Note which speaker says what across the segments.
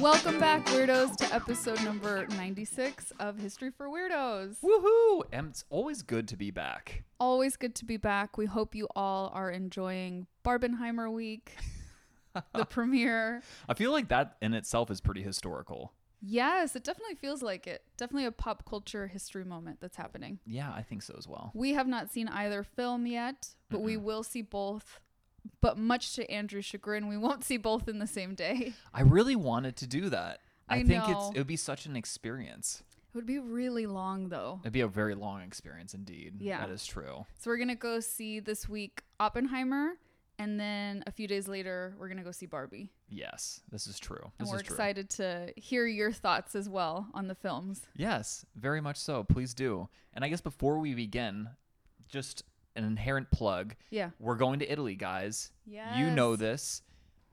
Speaker 1: Welcome back, weirdos, to episode number 96 of History for Weirdos.
Speaker 2: Woohoo! And it's always good to be back.
Speaker 1: Always good to be back. We hope you all are enjoying Barbenheimer Week, the premiere.
Speaker 2: I feel like that in itself is pretty historical.
Speaker 1: Yes, it definitely feels like it. Definitely a pop culture history moment that's happening.
Speaker 2: Yeah, I think so as well.
Speaker 1: We have not seen either film yet, but we will see both. But much to Andrew's chagrin, we won't see both in the same day.
Speaker 2: I really wanted to do that.
Speaker 1: I
Speaker 2: I,
Speaker 1: know.
Speaker 2: think it's it would be such an experience.
Speaker 1: It would be really long, though.
Speaker 2: It'd be a very long experience indeed.
Speaker 1: Yeah.
Speaker 2: That is true.
Speaker 1: So we're gonna go see this week Oppenheimer, and then a few days later we're gonna go see Barbie.
Speaker 2: Yes, this is true.
Speaker 1: And
Speaker 2: This
Speaker 1: we're
Speaker 2: is true.
Speaker 1: excited to hear your thoughts as well on the films.
Speaker 2: Yes, very much so. Please do. And I guess before we begin, just an inherent plug.
Speaker 1: Yeah.
Speaker 2: We're going to Italy, guys. You know
Speaker 1: Yes.
Speaker 2: this.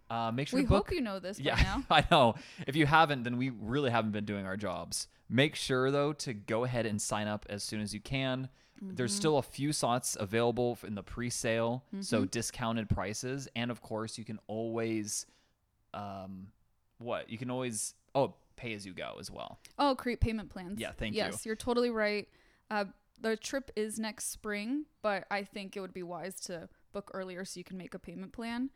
Speaker 2: Uh, make sure
Speaker 1: We
Speaker 2: to book
Speaker 1: hope you know this
Speaker 2: Yeah,
Speaker 1: by now.
Speaker 2: I know. If you haven't, then we really haven't been doing our jobs. Make sure though to go ahead and sign up as soon as you can. There's
Speaker 1: Mm-hmm.
Speaker 2: still a few slots available in the pre-sale,
Speaker 1: Mm-hmm.
Speaker 2: so discounted prices, and of course you can always, um, what you can always oh pay as you go as well.
Speaker 1: Oh, create payment plans.
Speaker 2: Yeah, thank you.
Speaker 1: yes, Yes, you're totally right. Uh, the trip is next spring, but I think it would be wise to book earlier so you can make a payment plan.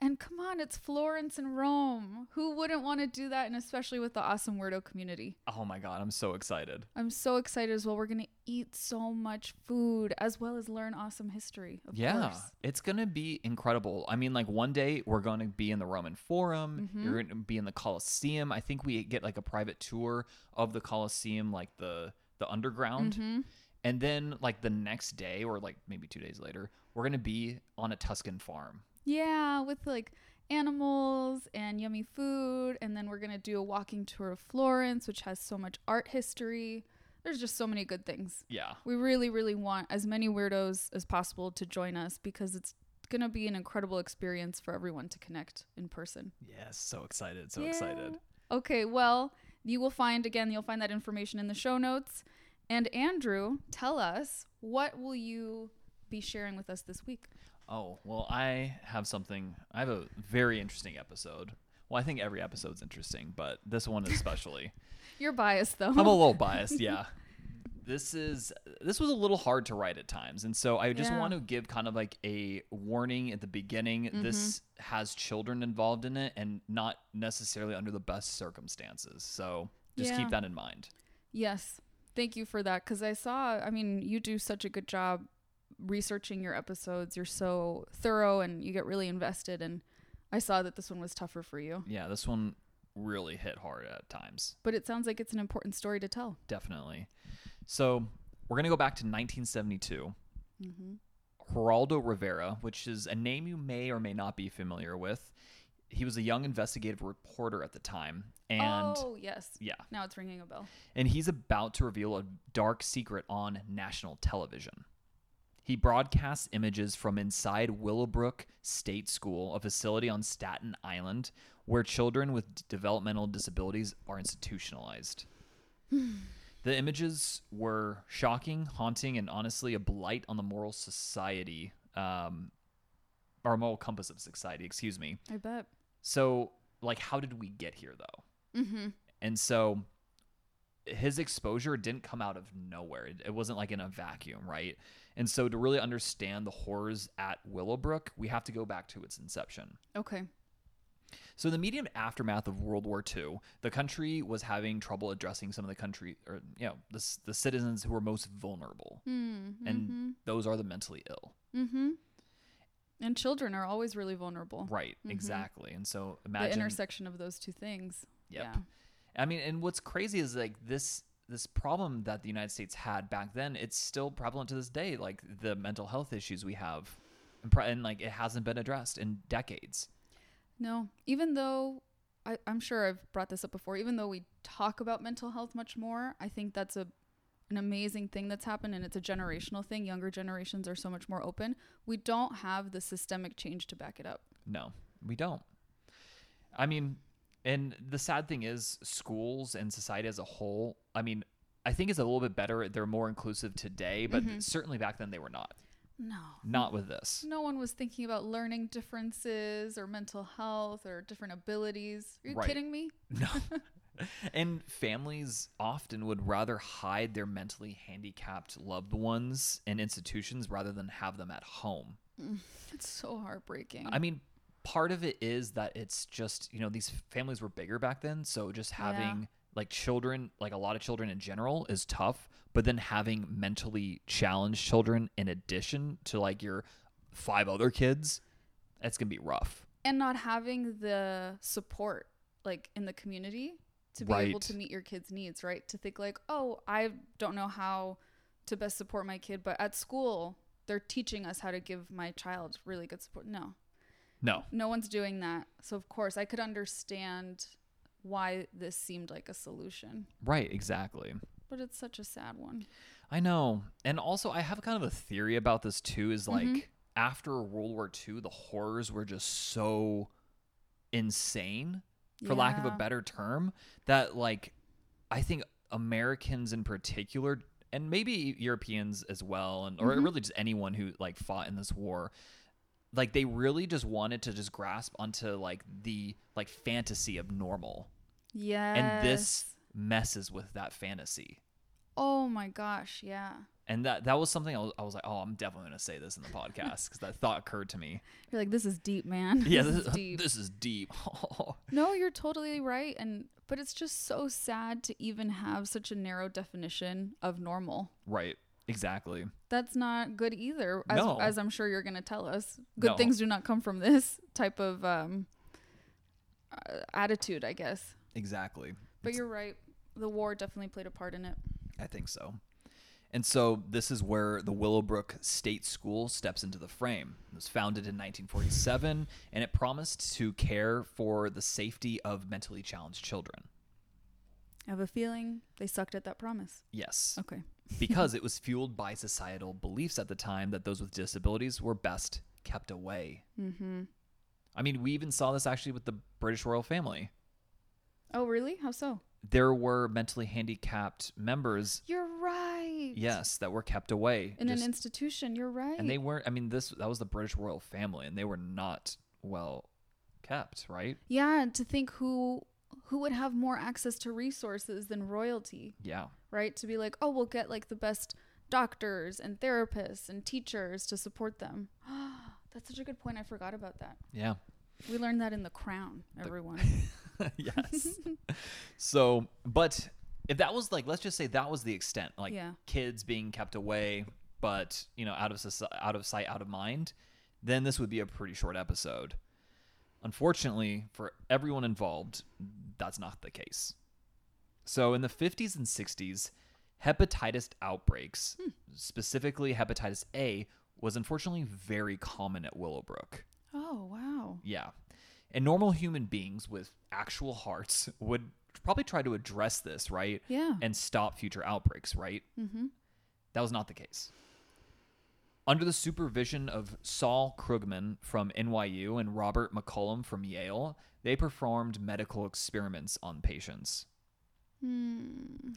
Speaker 1: And come on, it's Florence and Rome. Who wouldn't want to do that? And especially with the awesome weirdo community.
Speaker 2: Oh my god, I'm so excited.
Speaker 1: I'm so excited as well. We're gonna eat so much food as well as learn awesome history. Of
Speaker 2: Yeah,
Speaker 1: course.
Speaker 2: it's gonna be incredible. I mean, like one day we're gonna be in the Roman Forum. You're gonna be in the Colosseum. I think we get like a private tour of the Colosseum, like the the underground.
Speaker 1: Mm-hmm.
Speaker 2: And then like the next day, or like maybe two days later, we're gonna be on a Tuscan farm.
Speaker 1: Yeah, with like animals and yummy food, and then we're gonna do a walking tour of Florence, which has so much art history. There's just so many good things.
Speaker 2: Yeah,
Speaker 1: We really, really want as many weirdos as possible to join us because it's gonna be an incredible experience for everyone to connect in person.
Speaker 2: yes, so excited, so
Speaker 1: Yeah.
Speaker 2: excited.
Speaker 1: Okay, well, you will find again, you'll find that information in the show notes. And Andrew, tell us what will you be sharing with us this week?
Speaker 2: Oh, well, I have something. I have a very interesting episode. Well, I think every episode's interesting, but this one especially.
Speaker 1: You're biased though.
Speaker 2: I'm a little biased, yeah. This is this was a little hard to write at times, and so I just
Speaker 1: Yeah.
Speaker 2: want to give kind of like a warning at the beginning. This
Speaker 1: Mm-hmm.
Speaker 2: has children involved in it, and not necessarily under the best circumstances. So just
Speaker 1: Yeah.
Speaker 2: keep that in mind.
Speaker 1: yes. Thank you for that cuz I saw, I mean, you do such a good job researching your episodes. You're so thorough and you get really invested and I saw that this one was tougher for you.
Speaker 2: Yeah, this one really hit hard at times.
Speaker 1: But it sounds like it's an important story to tell.
Speaker 2: definitely. So we're gonna go back to 1972. Geraldo Rivera, which is a name you may or may not be familiar with, he was a young investigative reporter at the time, and
Speaker 1: oh, yes.
Speaker 2: yeah,
Speaker 1: Now it's ringing a bell.
Speaker 2: and he's about to reveal a dark secret on national television. He broadcasts images from inside Willowbrook State School, a facility on Staten Island where children with d- developmental disabilities are institutionalized. the images were shocking, haunting, and honestly a blight on the moral society, um, our moral compass of society, excuse me.
Speaker 1: I bet.
Speaker 2: So, like, how did we get here, though?
Speaker 1: Mhm.
Speaker 2: And so his exposure didn't come out of nowhere. It- It wasn't like in a vacuum, right? And so to really understand the horrors at Willowbrook, we have to go back to its inception.
Speaker 1: Okay.
Speaker 2: So in the medium aftermath of World War II, the country was having trouble addressing some of the country or you know, the c- the citizens who were most vulnerable. And those are the mentally ill.
Speaker 1: Mm-hmm. And children are always really vulnerable.
Speaker 2: Right, exactly. And so
Speaker 1: Mm-hmm. The
Speaker 2: imagine
Speaker 1: intersection of those two things.
Speaker 2: Yep.
Speaker 1: Yeah.
Speaker 2: I mean, and what's crazy is like this this problem that the United States had back then, it's still prevalent to this day, like the mental health issues we have. And, pro- and like it hasn't been addressed in decades.
Speaker 1: No, even though I, I'm sure I've brought this up before, even though we talk about mental health much more, I think that's a an amazing thing that's happened and it's a generational thing. Younger generations are so much more open. We don't have the systemic change to back it up.
Speaker 2: No, we don't. I mean, and the sad thing is, schools and society as a whole, I mean, I think it's a little bit better. They're more inclusive today, but certainly back then they were not.
Speaker 1: No.
Speaker 2: Not with this.
Speaker 1: No one was thinking about learning differences or mental health or different abilities. Are you
Speaker 2: Right.
Speaker 1: kidding me?
Speaker 2: No. and families often would rather hide their mentally handicapped loved ones in institutions rather than have them at home.
Speaker 1: It's so heartbreaking.
Speaker 2: I mean, part of it is that it's just, you know, these families were bigger back then. So just having like children, like a lot of children in general, is tough. But then having mentally challenged children in addition to like your five other kids, that's going to be rough.
Speaker 1: and not having the support like in the community to be able
Speaker 2: Right.
Speaker 1: to meet your kids needs right to think like oh i don't know how to best support my kid but at school they're teaching us how to give my child really good support no
Speaker 2: No.
Speaker 1: no one's doing that so of course i could understand why this seemed like a solution
Speaker 2: Right. Exactly.
Speaker 1: but it's such a sad one
Speaker 2: I know. And also, I have kind of a theory about this too is like after World War II, the horrors were just so insane, for lack of a
Speaker 1: Yeah.
Speaker 2: better term, that like I think Americans in particular, and maybe Europeans as well, and or really just anyone who like fought in this war, like they really just wanted to just grasp onto like the like fantasy of normal.
Speaker 1: yeah
Speaker 2: And this messes with that fantasy
Speaker 1: oh my gosh yeah
Speaker 2: and that that was something I was, I was like, oh, I'm definitely gonna say this in the podcast because that thought occurred to me.
Speaker 1: you're like this is deep man
Speaker 2: Yeah,
Speaker 1: this,
Speaker 2: this,
Speaker 1: is deep
Speaker 2: This is deep.
Speaker 1: No, you're totally right and but it's just so sad to even have such a narrow definition of normal.
Speaker 2: right, exactly.
Speaker 1: That's not good either as,
Speaker 2: No.
Speaker 1: as I'm sure you're going to tell us. Good
Speaker 2: No.
Speaker 1: things do not come from this type of um uh, attitude, I guess.
Speaker 2: Exactly.
Speaker 1: But you're right. The war definitely played a part in it.
Speaker 2: I think so. And so this is where the Willowbrook State School steps into the frame. It was founded in 1947, and it promised to care for the safety of mentally challenged children.
Speaker 1: I have a feeling they sucked at that promise.
Speaker 2: Yes,
Speaker 1: Okay.
Speaker 2: because it was fueled by societal beliefs at the time that those with disabilities were best kept away. Mm-hmm. I mean, we even saw this actually with the British royal family.
Speaker 1: Oh, really? How so?
Speaker 2: There were mentally handicapped members,
Speaker 1: You're right.
Speaker 2: yes, that were kept away.
Speaker 1: In
Speaker 2: Just-
Speaker 1: an institution, you're right.
Speaker 2: and they weren't, I mean, this that was the British royal family, and they were not well kept, right?
Speaker 1: Yeah, and to think who who would have more access to resources than royalty,
Speaker 2: Yeah.
Speaker 1: right? To be like, oh, we'll get like the best doctors and therapists and teachers to support them. That's such a good point. I forgot about that.
Speaker 2: Yeah.
Speaker 1: We learned that in The Crown, everyone.
Speaker 2: yes. so, but if that was like, let's just say that was the extent, like
Speaker 1: Yeah.
Speaker 2: kids being kept away, but you know, out of soci- out of sight, out of mind, then this would be a pretty short episode. Unfortunately, for everyone involved, that's not the case. So, in the 50s and 60s, hepatitis outbreaks, specifically hepatitis A, was unfortunately very common at Willowbrook.
Speaker 1: oh, wow.
Speaker 2: Yeah. And normal human beings with actual hearts would probably try to address this, right?
Speaker 1: Yeah.
Speaker 2: And stop future outbreaks, right? Mm-hmm. That was not the case. Under the supervision of Saul Krugman from NYU and Robert McCollum from Yale, they performed medical experiments on patients,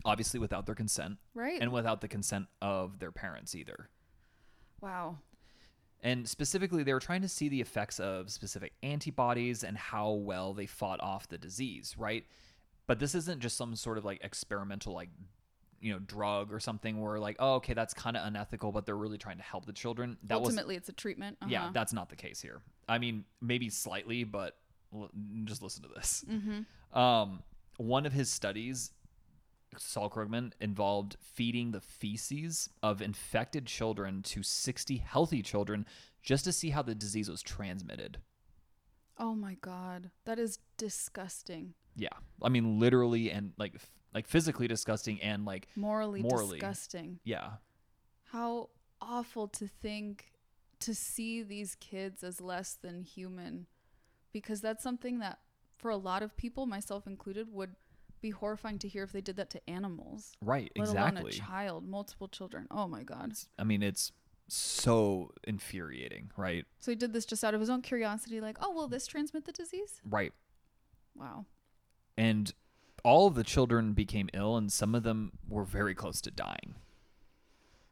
Speaker 2: obviously without their consent
Speaker 1: Hmm. Right?
Speaker 2: and without the consent of their parents either.
Speaker 1: wow.
Speaker 2: And specifically, they were trying to see the effects of specific antibodies and how well they fought off the disease, right? But this isn't just some sort of like experimental, like, you know, drug or something where like, oh, okay, that's kind of unethical, but they're really trying to help the children. That was,
Speaker 1: Ultimately, it's a treatment. Uh-huh.
Speaker 2: yeah, that's not the case here. I mean, maybe slightly, but l- just listen to this.
Speaker 1: Mm-hmm.
Speaker 2: Um, one of his studies, Saul Krugman, involved feeding the feces of infected children to 60 healthy children just to see how the disease was transmitted.
Speaker 1: oh, my God. That is disgusting.
Speaker 2: Yeah, I mean, literally and like, f- like physically disgusting and like,
Speaker 1: Morally,
Speaker 2: Morally.
Speaker 1: disgusting.
Speaker 2: yeah,
Speaker 1: How awful to think to see these kids as less than human because that's something that for a lot of people, myself included, would be horrifying to hear if they did that to animals.
Speaker 2: Right,
Speaker 1: Let alone a
Speaker 2: exactly.
Speaker 1: child, multiple children. Oh my god.
Speaker 2: I mean, it's so infuriating, right?
Speaker 1: So he did this just out of his own curiosity, like, oh, will this transmit the disease?
Speaker 2: Right.
Speaker 1: Wow.
Speaker 2: And all of the children became ill, and some of them were very close to dying.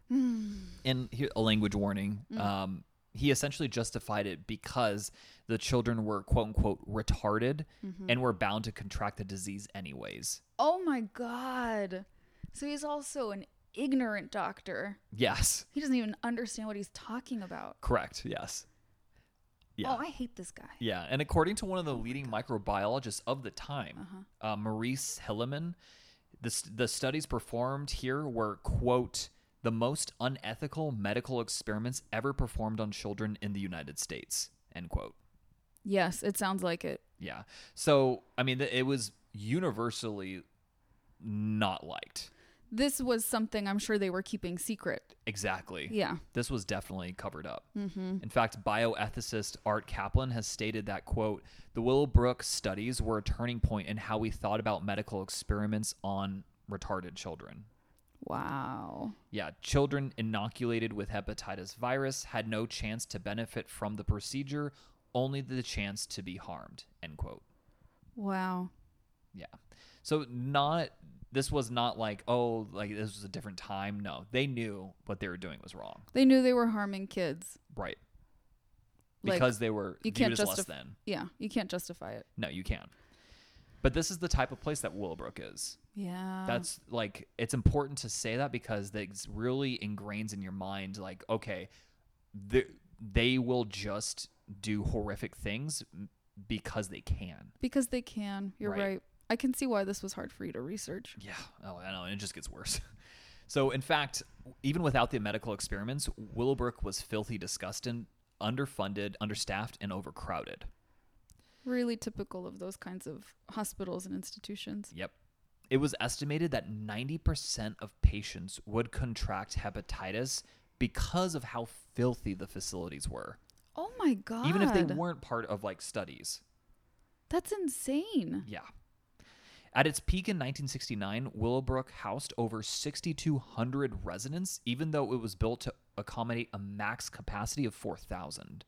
Speaker 2: and here, a language warning. Um, he essentially justified it because the children were quote unquote retarded and were bound to contract the disease anyways.
Speaker 1: Oh my god. So he's also an ignorant doctor.
Speaker 2: Yes,
Speaker 1: He doesn't even understand what he's talking about.
Speaker 2: correct. Yes. Yeah.
Speaker 1: Oh, I hate this guy.
Speaker 2: Yeah, and according to one of the leading microbiologists of the time, uh Maurice Hilleman, the, st- the studies performed here were, quote, the most unethical medical experiments ever performed on children in the United States, end quote.
Speaker 1: Yes, it sounds like it.
Speaker 2: Yeah. So, I mean, th- it was universally not liked.
Speaker 1: This was something I'm sure they were keeping secret.
Speaker 2: Exactly.
Speaker 1: Yeah.
Speaker 2: this was definitely covered up. In fact, bioethicist Art Kaplan has stated that, quote, the Willowbrook studies were a turning point in how we thought about medical experiments on retarded children.
Speaker 1: Wow.
Speaker 2: Yeah, children inoculated with hepatitis virus had no chance to benefit from the procedure, only the chance to be harmed, end quote.
Speaker 1: Wow.
Speaker 2: Yeah. So not this was not like, oh, like this was a different time. No, they knew what they were doing was wrong.
Speaker 1: They knew they were harming kids.
Speaker 2: Right.
Speaker 1: Like,
Speaker 2: Because they were
Speaker 1: you
Speaker 2: viewed
Speaker 1: can't
Speaker 2: as less
Speaker 1: justif-
Speaker 2: than.
Speaker 1: Yeah, you can't justify it.
Speaker 2: No, you can. But this is the type of place that Willowbrook is.
Speaker 1: Yeah.
Speaker 2: That's like it's important to say that because that it's really ingrains in your mind like okay, they they will just do horrific things m- because they can.
Speaker 1: because they can. You're
Speaker 2: Right.
Speaker 1: right. I can see why this was hard for you to research.
Speaker 2: Yeah. Oh, I know, and it just gets worse. So in fact, even without the medical experiments, Willowbrook was filthy, disgusting, underfunded, understaffed, and overcrowded.
Speaker 1: Really typical of those kinds of hospitals and institutions.
Speaker 2: Yep. It was estimated that 90% of patients would contract hepatitis because of how filthy the facilities were,
Speaker 1: Oh my god.
Speaker 2: even if they weren't part of like studies.
Speaker 1: That's insane.
Speaker 2: Yeah. At its peak in 1969, Willowbrook housed over 6,200 residents, even though it was built to accommodate a max capacity of 4,000.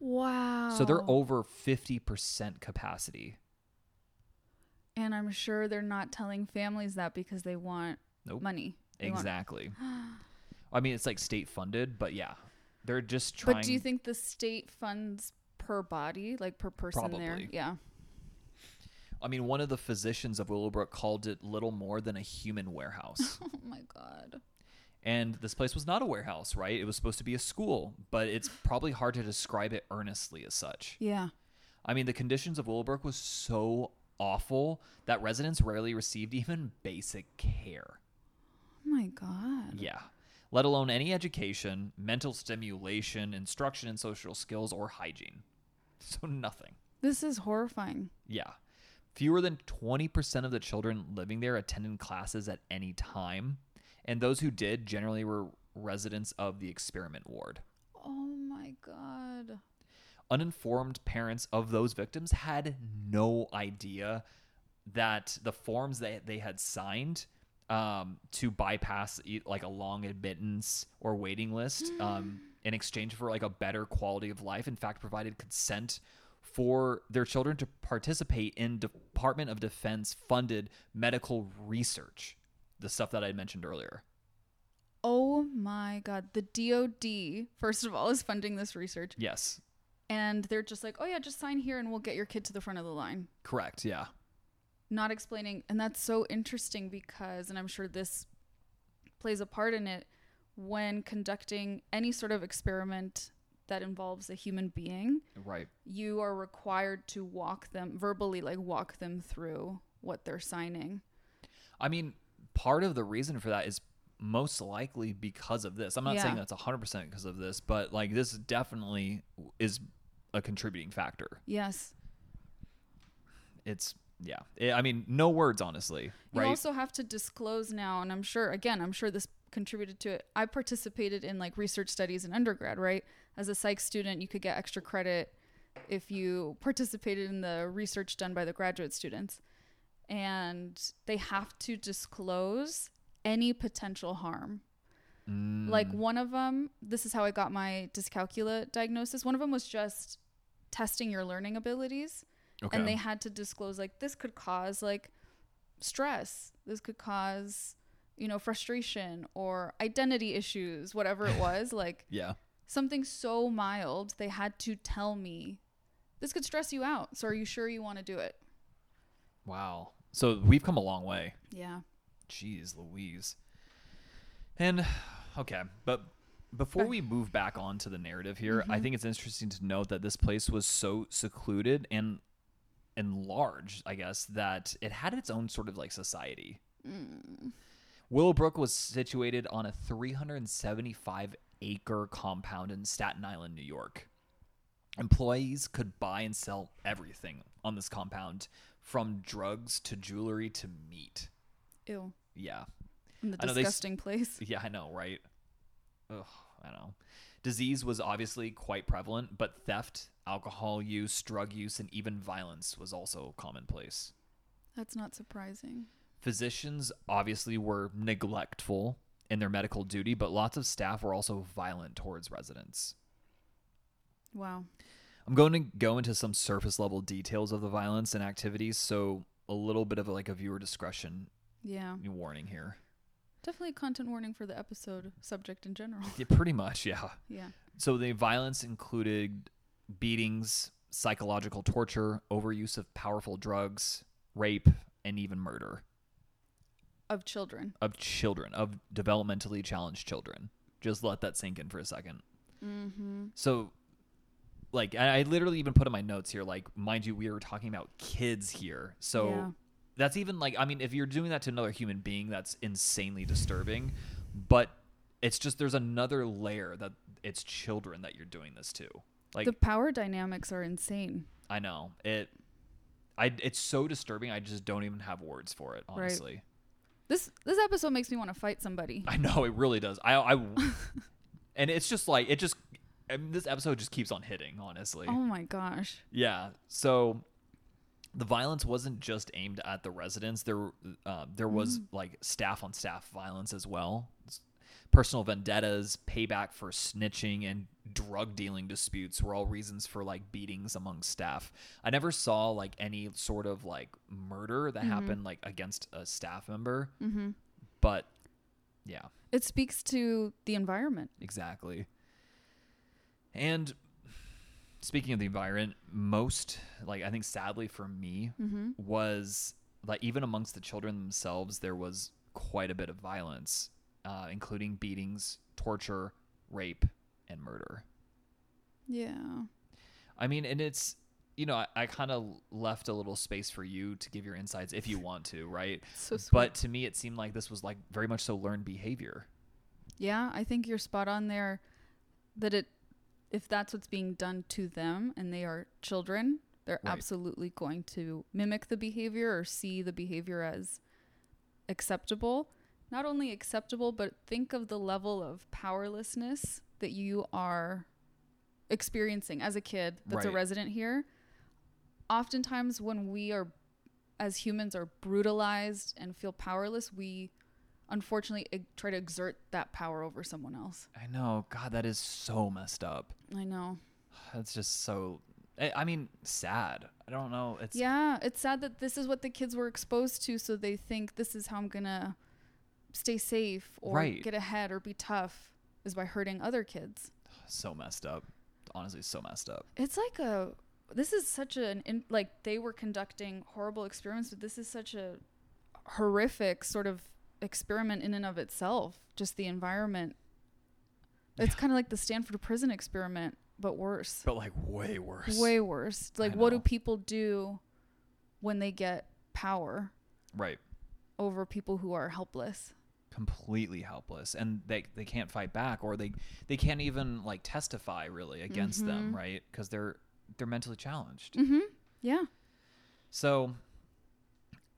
Speaker 1: Wow.
Speaker 2: So they're over 50% capacity.
Speaker 1: And I'm sure they're not telling families that because they want
Speaker 2: Nope.
Speaker 1: money. They want-
Speaker 2: Exactly. I mean, it's like state funded, but yeah, they're just trying.
Speaker 1: But do you think the state funds per body, like per person there?
Speaker 2: Probably.
Speaker 1: Yeah.
Speaker 2: I mean, one of the physicians of Willowbrook called it little more than a human warehouse.
Speaker 1: Oh my god.
Speaker 2: and this place was not a warehouse, right? It was supposed to be a school, but it's probably hard to describe it earnestly as such.
Speaker 1: Yeah.
Speaker 2: I mean, the conditions of Willowbrook was so awful that residents rarely received even basic care.
Speaker 1: Oh my god.
Speaker 2: Yeah. Let alone any education, mental stimulation, instruction in social skills, or hygiene. So nothing.
Speaker 1: This is horrifying.
Speaker 2: Yeah. Fewer than 20% of the children living there attended classes at any time, and those who did generally were residents of the experiment ward.
Speaker 1: Oh my god.
Speaker 2: Uninformed parents of those victims had no idea that the forms that they had signed um, to bypass e- like a long admittance or waiting list um, in exchange for like a better quality of life, in fact, provided consent for their children to participate in Department of Defense funded medical research, the stuff that I had mentioned earlier.
Speaker 1: Oh my god. The DOD, first of all, is funding this research.
Speaker 2: Yes,
Speaker 1: And they're just like, oh yeah, just sign here and we'll get your kid to the front of the line.
Speaker 2: correct. Yeah.
Speaker 1: not explaining and that's so interesting because and i'm sure this plays a part in it when conducting any sort of experiment that involves a human being
Speaker 2: Right.
Speaker 1: you are required to walk them verbally like walk them through what they're signing
Speaker 2: I mean, part of the reason for that is most likely because of this. I'm not saying
Speaker 1: Yeah.
Speaker 2: that's 100% because of this, but like this definitely is a contributing factor.
Speaker 1: yes
Speaker 2: It's yeah. I- I mean, no words honestly,
Speaker 1: you
Speaker 2: right?
Speaker 1: also have to disclose now and i'm sure again i'm sure this contributed to it i participated in like research studies in undergrad right as a psych student you could get extra credit if you participated in the research done by the graduate students. And they have to disclose any potential harm.
Speaker 2: Mm,
Speaker 1: Like one of them, this is how I got my dyscalculia diagnosis. One of them was just testing your learning abilities.
Speaker 2: Okay.
Speaker 1: And they had to disclose, like, this could cause, like, stress. This could cause, you know, frustration or identity issues, whatever it was. like,
Speaker 2: yeah.
Speaker 1: something so mild they had to tell me this could stress you out so are you sure you want to do it
Speaker 2: Wow. So we've come a long way.
Speaker 1: yeah
Speaker 2: Jeez Louise. And okay, but before we move back on to the narrative here, I think it's interesting to note that this place was so secluded and and large, I guess, that it had its own sort of like society. Willowbrook was situated on a 375 acre compound in Staten Island, New York. Employees could buy and sell everything on this compound from drugs to jewelry to meat.
Speaker 1: ew
Speaker 2: Yeah.
Speaker 1: in the
Speaker 2: I know they s-
Speaker 1: disgusting place
Speaker 2: Yeah, I know, right? Ugh, I know. Disease was obviously quite prevalent, but theft, alcohol use, drug use, and even violence was also commonplace.
Speaker 1: that's not surprising
Speaker 2: Physicians obviously were neglectful in their medical duty, but lots of staff were also violent towards residents.
Speaker 1: wow
Speaker 2: I'm going to go into some surface level details of the violence and activities, so a little bit of like a viewer discretion
Speaker 1: yeah
Speaker 2: warning here.
Speaker 1: definitely a content warning for the episode subject in general
Speaker 2: Yeah, pretty much, yeah.
Speaker 1: yeah
Speaker 2: So the violence included beatings, psychological torture, overuse of powerful drugs, rape, and even murder
Speaker 1: of children
Speaker 2: of children, of developmentally challenged children. Just let that sink in for a 2nd Mm-hmm. So, like, I, I literally even put in my notes here, like, mind you, we were talking about kids here. So
Speaker 1: Yeah.
Speaker 2: that's even like, I mean, if you're doing that to another human being, that's insanely disturbing. But it's just there's another layer that it's children that you're doing this to. Like,
Speaker 1: the power dynamics are insane
Speaker 2: I know it. I, it's so disturbing. I just don't even have words for it, honestly.
Speaker 1: this this episode makes me want to fight somebody
Speaker 2: I know it really does. I, I, and it's just like it just. I mean, this episode just keeps on hitting, honestly.
Speaker 1: oh my gosh
Speaker 2: Yeah. So, the violence wasn't just aimed at the residents. There, uh, there was like staff on staff violence as well. S- Personal vendettas, payback for snitching, and drug dealing disputes were all reasons for like beatings among staff. I never saw like any sort of like murder that happened like against a staff member. Mm-hmm. But yeah,
Speaker 1: it speaks to the environment
Speaker 2: Exactly. And speaking of the environment, most like I think sadly for me
Speaker 1: Mm-hmm.
Speaker 2: was like even amongst the children themselves, there was quite a bit of violence, uh, including beatings, torture, rape, and murder.
Speaker 1: yeah
Speaker 2: I mean, and it's you know I, I kind of left a little space for you to give your insights if you want to, right?
Speaker 1: so sweet.
Speaker 2: But to me, it seemed like this was like very much so learned behavior.
Speaker 1: Yeah, I think you're spot on there that it if that's what's being done to them and they are children, they're
Speaker 2: Right.
Speaker 1: absolutely going to mimic the behavior or see the behavior as acceptable. Not only acceptable, but think of the level of powerlessness that you are experiencing as a kid that's a
Speaker 2: Right.
Speaker 1: resident here. Oftentimes when we are as humans are brutalized and feel powerless, we unfortunately e- try to exert that power over someone else.
Speaker 2: I know, God, that is so messed up.
Speaker 1: I know.
Speaker 2: That's just so. eh, I, I mean, sad. I don't know. It's
Speaker 1: yeah, it's sad that this is what the kids were exposed to, so they think this is how I'm gonna stay safe or
Speaker 2: Right.
Speaker 1: get ahead or be tough is by hurting other kids.
Speaker 2: so messed up. Honestly, so messed up.
Speaker 1: It's like a this is such an in, like they were conducting horrible experiments, but this is such a horrific sort of experiment in and of itself. Just the environment. It's kind of like the Stanford prison experiment, but worse.
Speaker 2: But like way worse.
Speaker 1: way worse. It's Like, what do
Speaker 2: know.
Speaker 1: people do when they get power
Speaker 2: Right.
Speaker 1: over people who are helpless?
Speaker 2: Completely helpless, and they they can't fight back, or they they can't even like testify really against
Speaker 1: Mm-hmm.
Speaker 2: them, right? Because they're they're mentally challenged.
Speaker 1: Yeah.
Speaker 2: So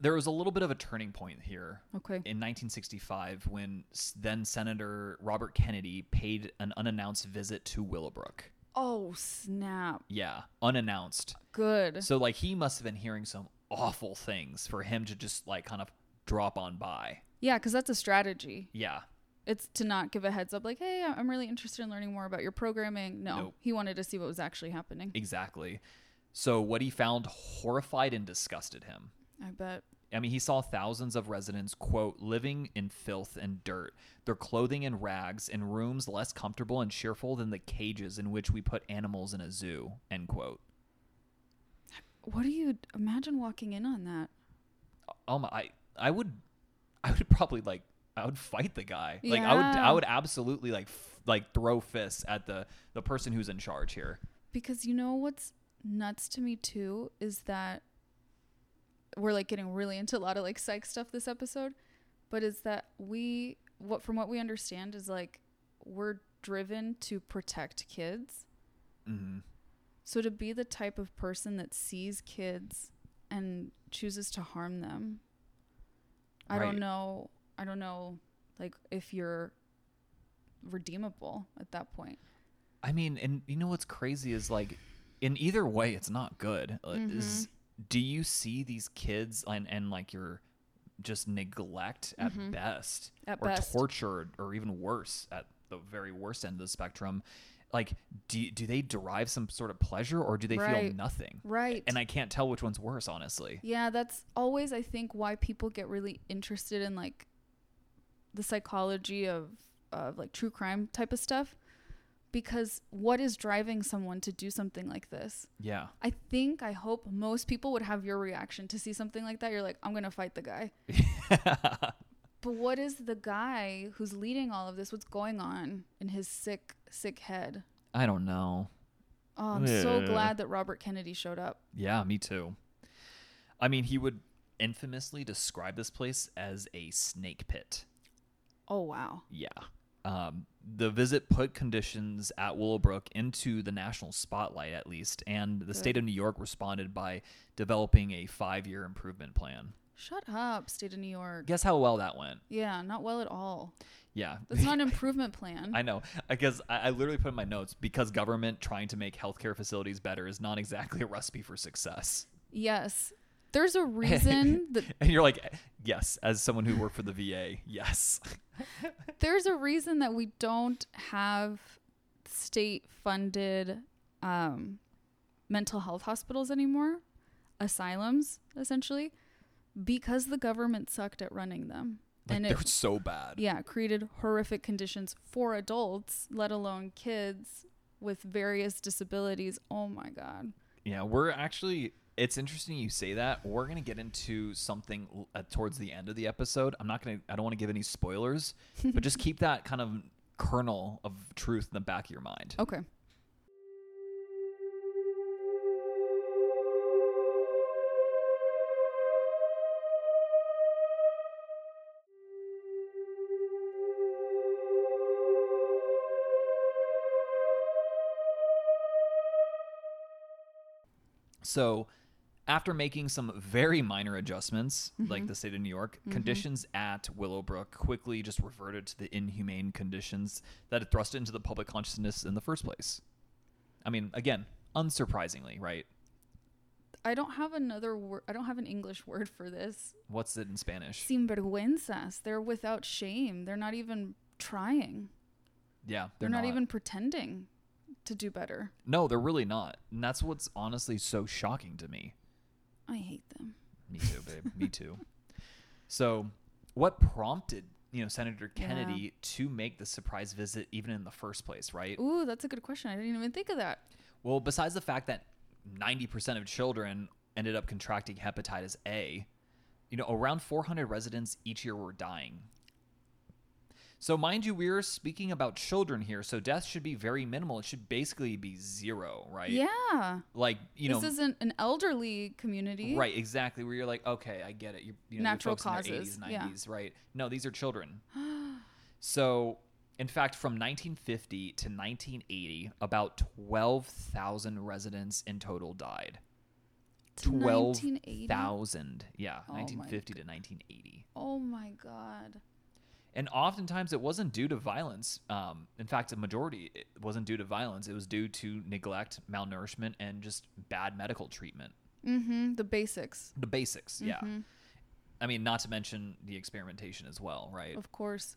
Speaker 2: there was a little bit of a turning point here
Speaker 1: Okay.
Speaker 2: in 1965 when s- then Senator Robert Kennedy paid an unannounced visit to Willowbrook.
Speaker 1: Oh, snap.
Speaker 2: Yeah, unannounced.
Speaker 1: Good.
Speaker 2: So like he must have been hearing some awful things for him to just like kind of drop on by.
Speaker 1: Yeah, because that's a strategy.
Speaker 2: Yeah.
Speaker 1: It's to not give a heads up, like, hey, I'm really interested in learning more about your programming. No,
Speaker 2: Nope.
Speaker 1: he wanted to see what was actually happening.
Speaker 2: Exactly. So what he found horrified and disgusted him.
Speaker 1: I bet.
Speaker 2: I mean, he saw thousands of residents, quote, living in filth and dirt, their clothing in rags, in rooms less comfortable and cheerful than the cages in which we put animals in a zoo, end quote.
Speaker 1: What do you imagine walking in on that?
Speaker 2: Oh my, I, I would, I would probably like, I would fight the guy. Like, I would,
Speaker 1: Yeah.
Speaker 2: I would absolutely like, f- like throw fists at the the person who's in charge here.
Speaker 1: Because you know what's nuts to me too is that we're like getting really into a lot of like psych stuff this episode, but is that we what from what we understand is like we're driven to protect kids.
Speaker 2: Mm-hmm.
Speaker 1: So to be the type of person that sees kids and chooses to harm them, I
Speaker 2: Right.
Speaker 1: don't know. I don't know, like if you're redeemable at that point.
Speaker 2: I mean, and you know what's crazy is like, in either way, it's not good. Uh, Is
Speaker 1: Mm-hmm.
Speaker 2: do you see these kids and and like your just neglect at best,
Speaker 1: Mm-hmm. At
Speaker 2: or
Speaker 1: best.
Speaker 2: tortured, or even worse at the very worst end of the spectrum? Like, do do they derive some sort of pleasure, or do they feel
Speaker 1: Right.
Speaker 2: nothing?
Speaker 1: Right.
Speaker 2: And I can't tell which one's worse, honestly.
Speaker 1: Yeah, that's always I think why people get really interested in like the psychology of of like true crime type of stuff because what is driving someone to do something like this?
Speaker 2: Yeah,
Speaker 1: I think I hope most people would have your reaction to see something like that. You're like, I'm going to fight the guy. But what is the guy who's leading all of this? What's going on in his sick sick head?
Speaker 2: I don't know.
Speaker 1: Oh, I'm so
Speaker 2: Yeah.
Speaker 1: glad that Robert Kennedy showed up.
Speaker 2: Yeah, me too. I mean, he would infamously describe this place as a snake pit.
Speaker 1: Oh, wow.
Speaker 2: Yeah. Um, the visit put conditions at Willowbrook into the national spotlight, at least, and the state of New York responded by developing a five year improvement plan.
Speaker 1: Shut up, state of New York.
Speaker 2: Guess how well that went?
Speaker 1: Yeah, not well at all.
Speaker 2: Yeah.
Speaker 1: That's not an improvement plan.
Speaker 2: I know. I guess I, I literally put in my notes because government trying to make healthcare facilities better is not exactly a recipe for success.
Speaker 1: yes. There's a reason that
Speaker 2: And you're like, yes, as someone who worked for the VA, yes.
Speaker 1: there's a reason that we don't have state funded um, mental health hospitals anymore, asylums essentially, because the government sucked at running them.
Speaker 2: Like,
Speaker 1: and
Speaker 2: they're
Speaker 1: it
Speaker 2: so bad.
Speaker 1: yeah, created horrific conditions for adults, let alone kids with various disabilities. Oh my god.
Speaker 2: Yeah, we're actually. It's interesting you say that. We're gonna get into something l- uh, towards the end of the episode. I'm not gonna. I don't want to give any spoilers, but just keep that kind of kernel of truth in the back of your mind.
Speaker 1: Okay.
Speaker 2: So, after making some very minor adjustments,
Speaker 1: Mm-hmm.
Speaker 2: like the state of New York, conditions at Willowbrook quickly just reverted to the inhumane conditions that had thrust it into the public consciousness in the first place. I mean, again, unsurprisingly, right?
Speaker 1: I don't have another word. I don't have an English word for this.
Speaker 2: What's it in Spanish?
Speaker 1: Sinvergüenzas. They're without shame. They're not even trying.
Speaker 2: yeah,
Speaker 1: They're, not, even pretending to do better.
Speaker 2: No, they're really not. And that's what's honestly so shocking to me.
Speaker 1: I hate them.
Speaker 2: Me too, babe. Me too. So, what prompted, you know, Senator
Speaker 1: Yeah.
Speaker 2: Kennedy to make the surprise visit even in the first place, right?
Speaker 1: Ooh, that's a good question. I didn't even think of that.
Speaker 2: Well, besides the fact that 90% of children ended up contracting hepatitis A, you know, around 400 residents each year were dying. So, mind you, we're speaking about children here, so death should be very minimal. It should basically be zero, right?
Speaker 1: yeah.
Speaker 2: Like, you know,
Speaker 1: this isn't an elderly community.
Speaker 2: Right, exactly. Where you're like, okay, I get it. You, you know,
Speaker 1: Natural
Speaker 2: natural folks
Speaker 1: causes,
Speaker 2: In their 80s,
Speaker 1: yeah.
Speaker 2: 90s, right? No, these are children. so, in fact, from 1950 to 1980, about 12,000 residents in total died.
Speaker 1: To
Speaker 2: 12,000.
Speaker 1: 1980?
Speaker 2: Yeah,
Speaker 1: Oh my
Speaker 2: 1950 to 1980.
Speaker 1: Oh my God.
Speaker 2: And oftentimes it wasn't due to violence. Um, in fact, a majority it wasn't due to violence. It was due to neglect, malnourishment, and just bad medical treatment.
Speaker 1: Mm-hmm. The basics, Mm-hmm.
Speaker 2: The basics, yeah. I mean, not to mention the experimentation as well, right?
Speaker 1: of course.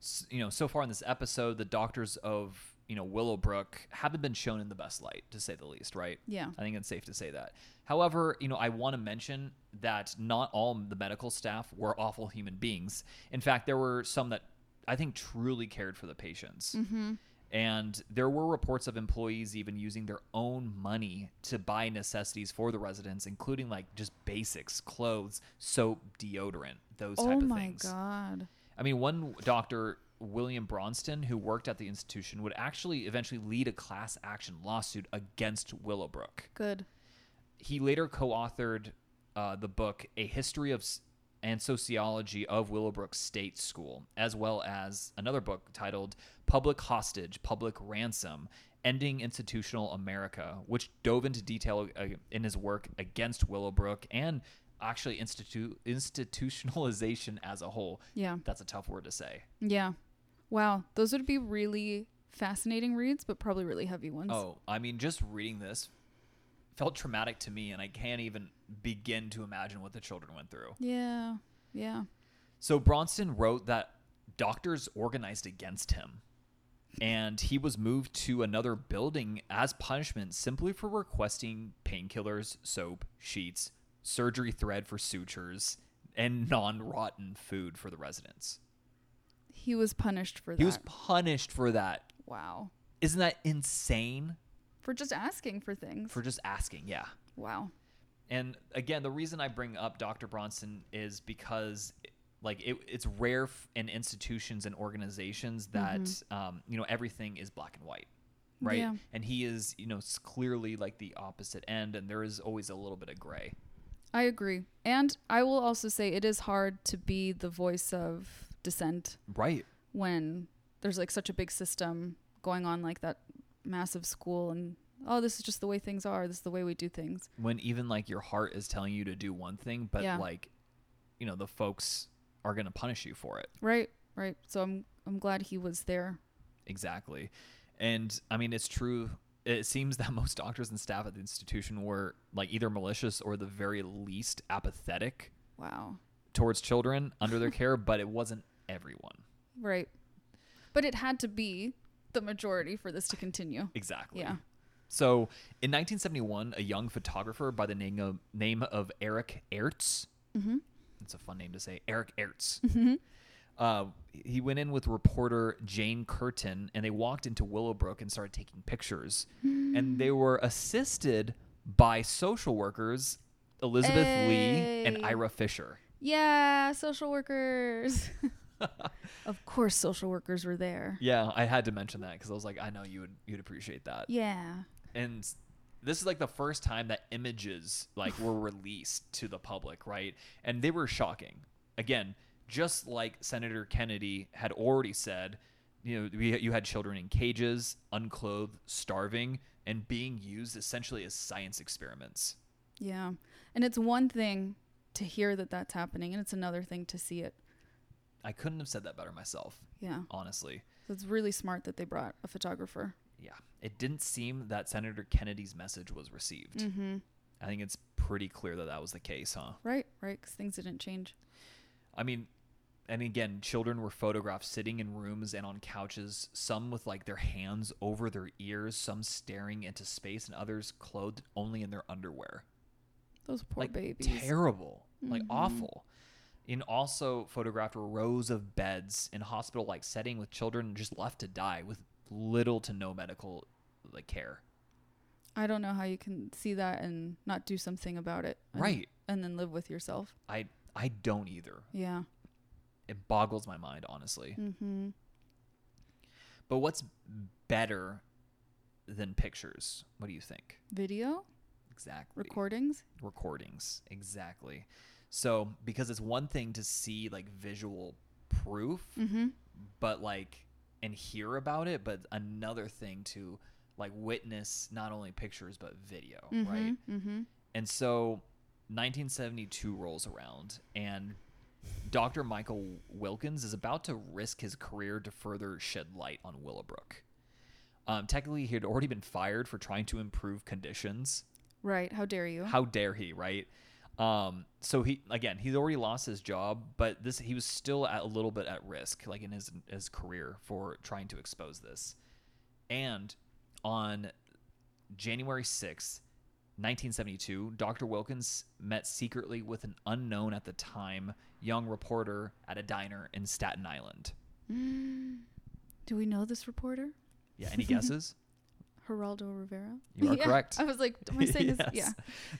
Speaker 2: s- you know, so far in this episode, the doctors of you know Willowbrook haven't been shown in the best light, to say the least, right?
Speaker 1: Yeah.
Speaker 2: I think it's safe to say that. However, you know, I want to mention that not all the medical staff were awful human beings. In fact, there were some that I think truly cared for the patients.
Speaker 1: Mm-hmm.
Speaker 2: And there were reports of employees even using their own money to buy necessities for the residents, including like just basics, clothes, soap, deodorant, those
Speaker 1: Oh
Speaker 2: type of
Speaker 1: my
Speaker 2: things.
Speaker 1: god.
Speaker 2: I mean, one doctor, William Bronston, who worked at the institution, would actually eventually lead a class action lawsuit against Willowbrook.
Speaker 1: Good.
Speaker 2: He later co authored uh, the book, A History of S- and Sociology of Willowbrook State School, as well as another book titled Public Hostage, Public Ransom. Ending Institutional America, which dove into detail uh, in his work against Willowbrook and actually institu- institutionalization as a whole.
Speaker 1: Yeah.
Speaker 2: That's a tough word to say.
Speaker 1: Yeah. Wow. Those would be really fascinating reads, but probably really heavy ones.
Speaker 2: Oh, I mean, just reading this felt traumatic to me, and I can't even begin to imagine what the children went through.
Speaker 1: Yeah. Yeah.
Speaker 2: So Bronson wrote that doctors organized against him, and he was moved to another building as punishment simply for requesting painkillers, soap, sheets, surgery thread for sutures, and non rotten food for the residents.
Speaker 1: He was punished for that.
Speaker 2: He was punished for that.
Speaker 1: wow.
Speaker 2: Isn't that insane?
Speaker 1: For just asking for things.
Speaker 2: For just asking, yeah.
Speaker 1: wow.
Speaker 2: And again, the reason I bring up Dr. Bronson is because like it, it's rare f- in institutions and organizations that um, you know everything is black and white right
Speaker 1: Mm-hmm. Yeah.
Speaker 2: and he is you know s- clearly like the opposite end and there is always a little bit of gray
Speaker 1: I agree. And I will also say it is hard to be the voice of dissent
Speaker 2: right
Speaker 1: when there's like such a big system going on like that massive school and oh this is just the way things are this is the way we do things
Speaker 2: when even like your heart is telling you to do one thing but
Speaker 1: Yeah.
Speaker 2: like you know the folks are going to punish you for it
Speaker 1: right right so i'm i'm glad he was there
Speaker 2: Exactly. And I mean, it's true. It seems that most doctors and staff at the institution were like either malicious or the very least apathetic
Speaker 1: wow
Speaker 2: towards children under their care, but it wasn't everyone.
Speaker 1: right but it had to be the majority for this to continue
Speaker 2: Exactly.
Speaker 1: Yeah.
Speaker 2: So in 1971, a young photographer by the name of, name of Eric Ertz,
Speaker 1: Mm-hmm.
Speaker 2: it's a fun name to say, Eric Ertz, uh, he went in with reporter Jane Curtin and they walked into Willowbrook and started taking pictures. and
Speaker 1: Hmm.
Speaker 2: they were assisted by social workers Elizabeth Lee
Speaker 1: Hey.
Speaker 2: and Ira Fisher.
Speaker 1: yeah social workers of course social workers were there
Speaker 2: Yeah, I had to mention that because I was like, I know you would you'd appreciate that.
Speaker 1: yeah
Speaker 2: and this is like the first time that images like were released to the public right and they were shocking again just like senator kennedy had already said you know we, you had children in cages unclothed starving and being used essentially as science experiments
Speaker 1: yeah and it's one thing to hear that that's happening and it's another thing to see it
Speaker 2: i couldn't have said that better myself
Speaker 1: yeah
Speaker 2: honestly
Speaker 1: so it's really smart that they brought a photographer
Speaker 2: yeah it didn't seem that senator kennedy's message was received
Speaker 1: Mm.
Speaker 2: i think it's pretty clear that that was the case huh
Speaker 1: Right, right, because things didn't change.
Speaker 2: I mean, and again, children were photographed sitting in rooms and on couches, some with like their hands over their ears, some staring into space, and others clothed only in their underwear.
Speaker 1: Those poor
Speaker 2: like
Speaker 1: babies. Mm-hmm.
Speaker 2: terrible, like awful. And also photographed were rows of beds in hospital like setting with children just left to die with little to no medical like care.
Speaker 1: I don't know how you can see that and not do something about it. and-
Speaker 2: Right.
Speaker 1: And then live with yourself.
Speaker 2: I I don't either.
Speaker 1: Yeah.
Speaker 2: It boggles my mind, honestly.
Speaker 1: Mm-hmm.
Speaker 2: But what's better than pictures? What do you think?
Speaker 1: Video
Speaker 2: Exactly.
Speaker 1: recordings.
Speaker 2: Recordings. Exactly. So, because it's one thing to see like visual proof,
Speaker 1: Mm-hmm.
Speaker 2: but like, and hear about it, but another thing to like witness not only pictures, but video, right?
Speaker 1: Mm-hmm.
Speaker 2: And so 1972 rolls around and Dr. Michael Wilkins is about to risk his career to further shed light on Willowbrook. Um, technically, he had already been fired for trying to improve conditions.
Speaker 1: Right. How dare you?
Speaker 2: How dare he, right? Um, so he again, he's already lost his job, but this he was still at a little bit at risk, like in his his career for trying to expose this. And on January sixth, nineteen seventy two, Dr. Wilkins met secretly with an unknown at the time young reporter at a diner in Staten Island.
Speaker 1: Do we know this reporter?
Speaker 2: Yeah, any guesses?
Speaker 1: Geraldo Rivera?
Speaker 2: You are
Speaker 1: Yeah.
Speaker 2: correct.
Speaker 1: I was like, am I saying this? Yeah.
Speaker 2: Yes.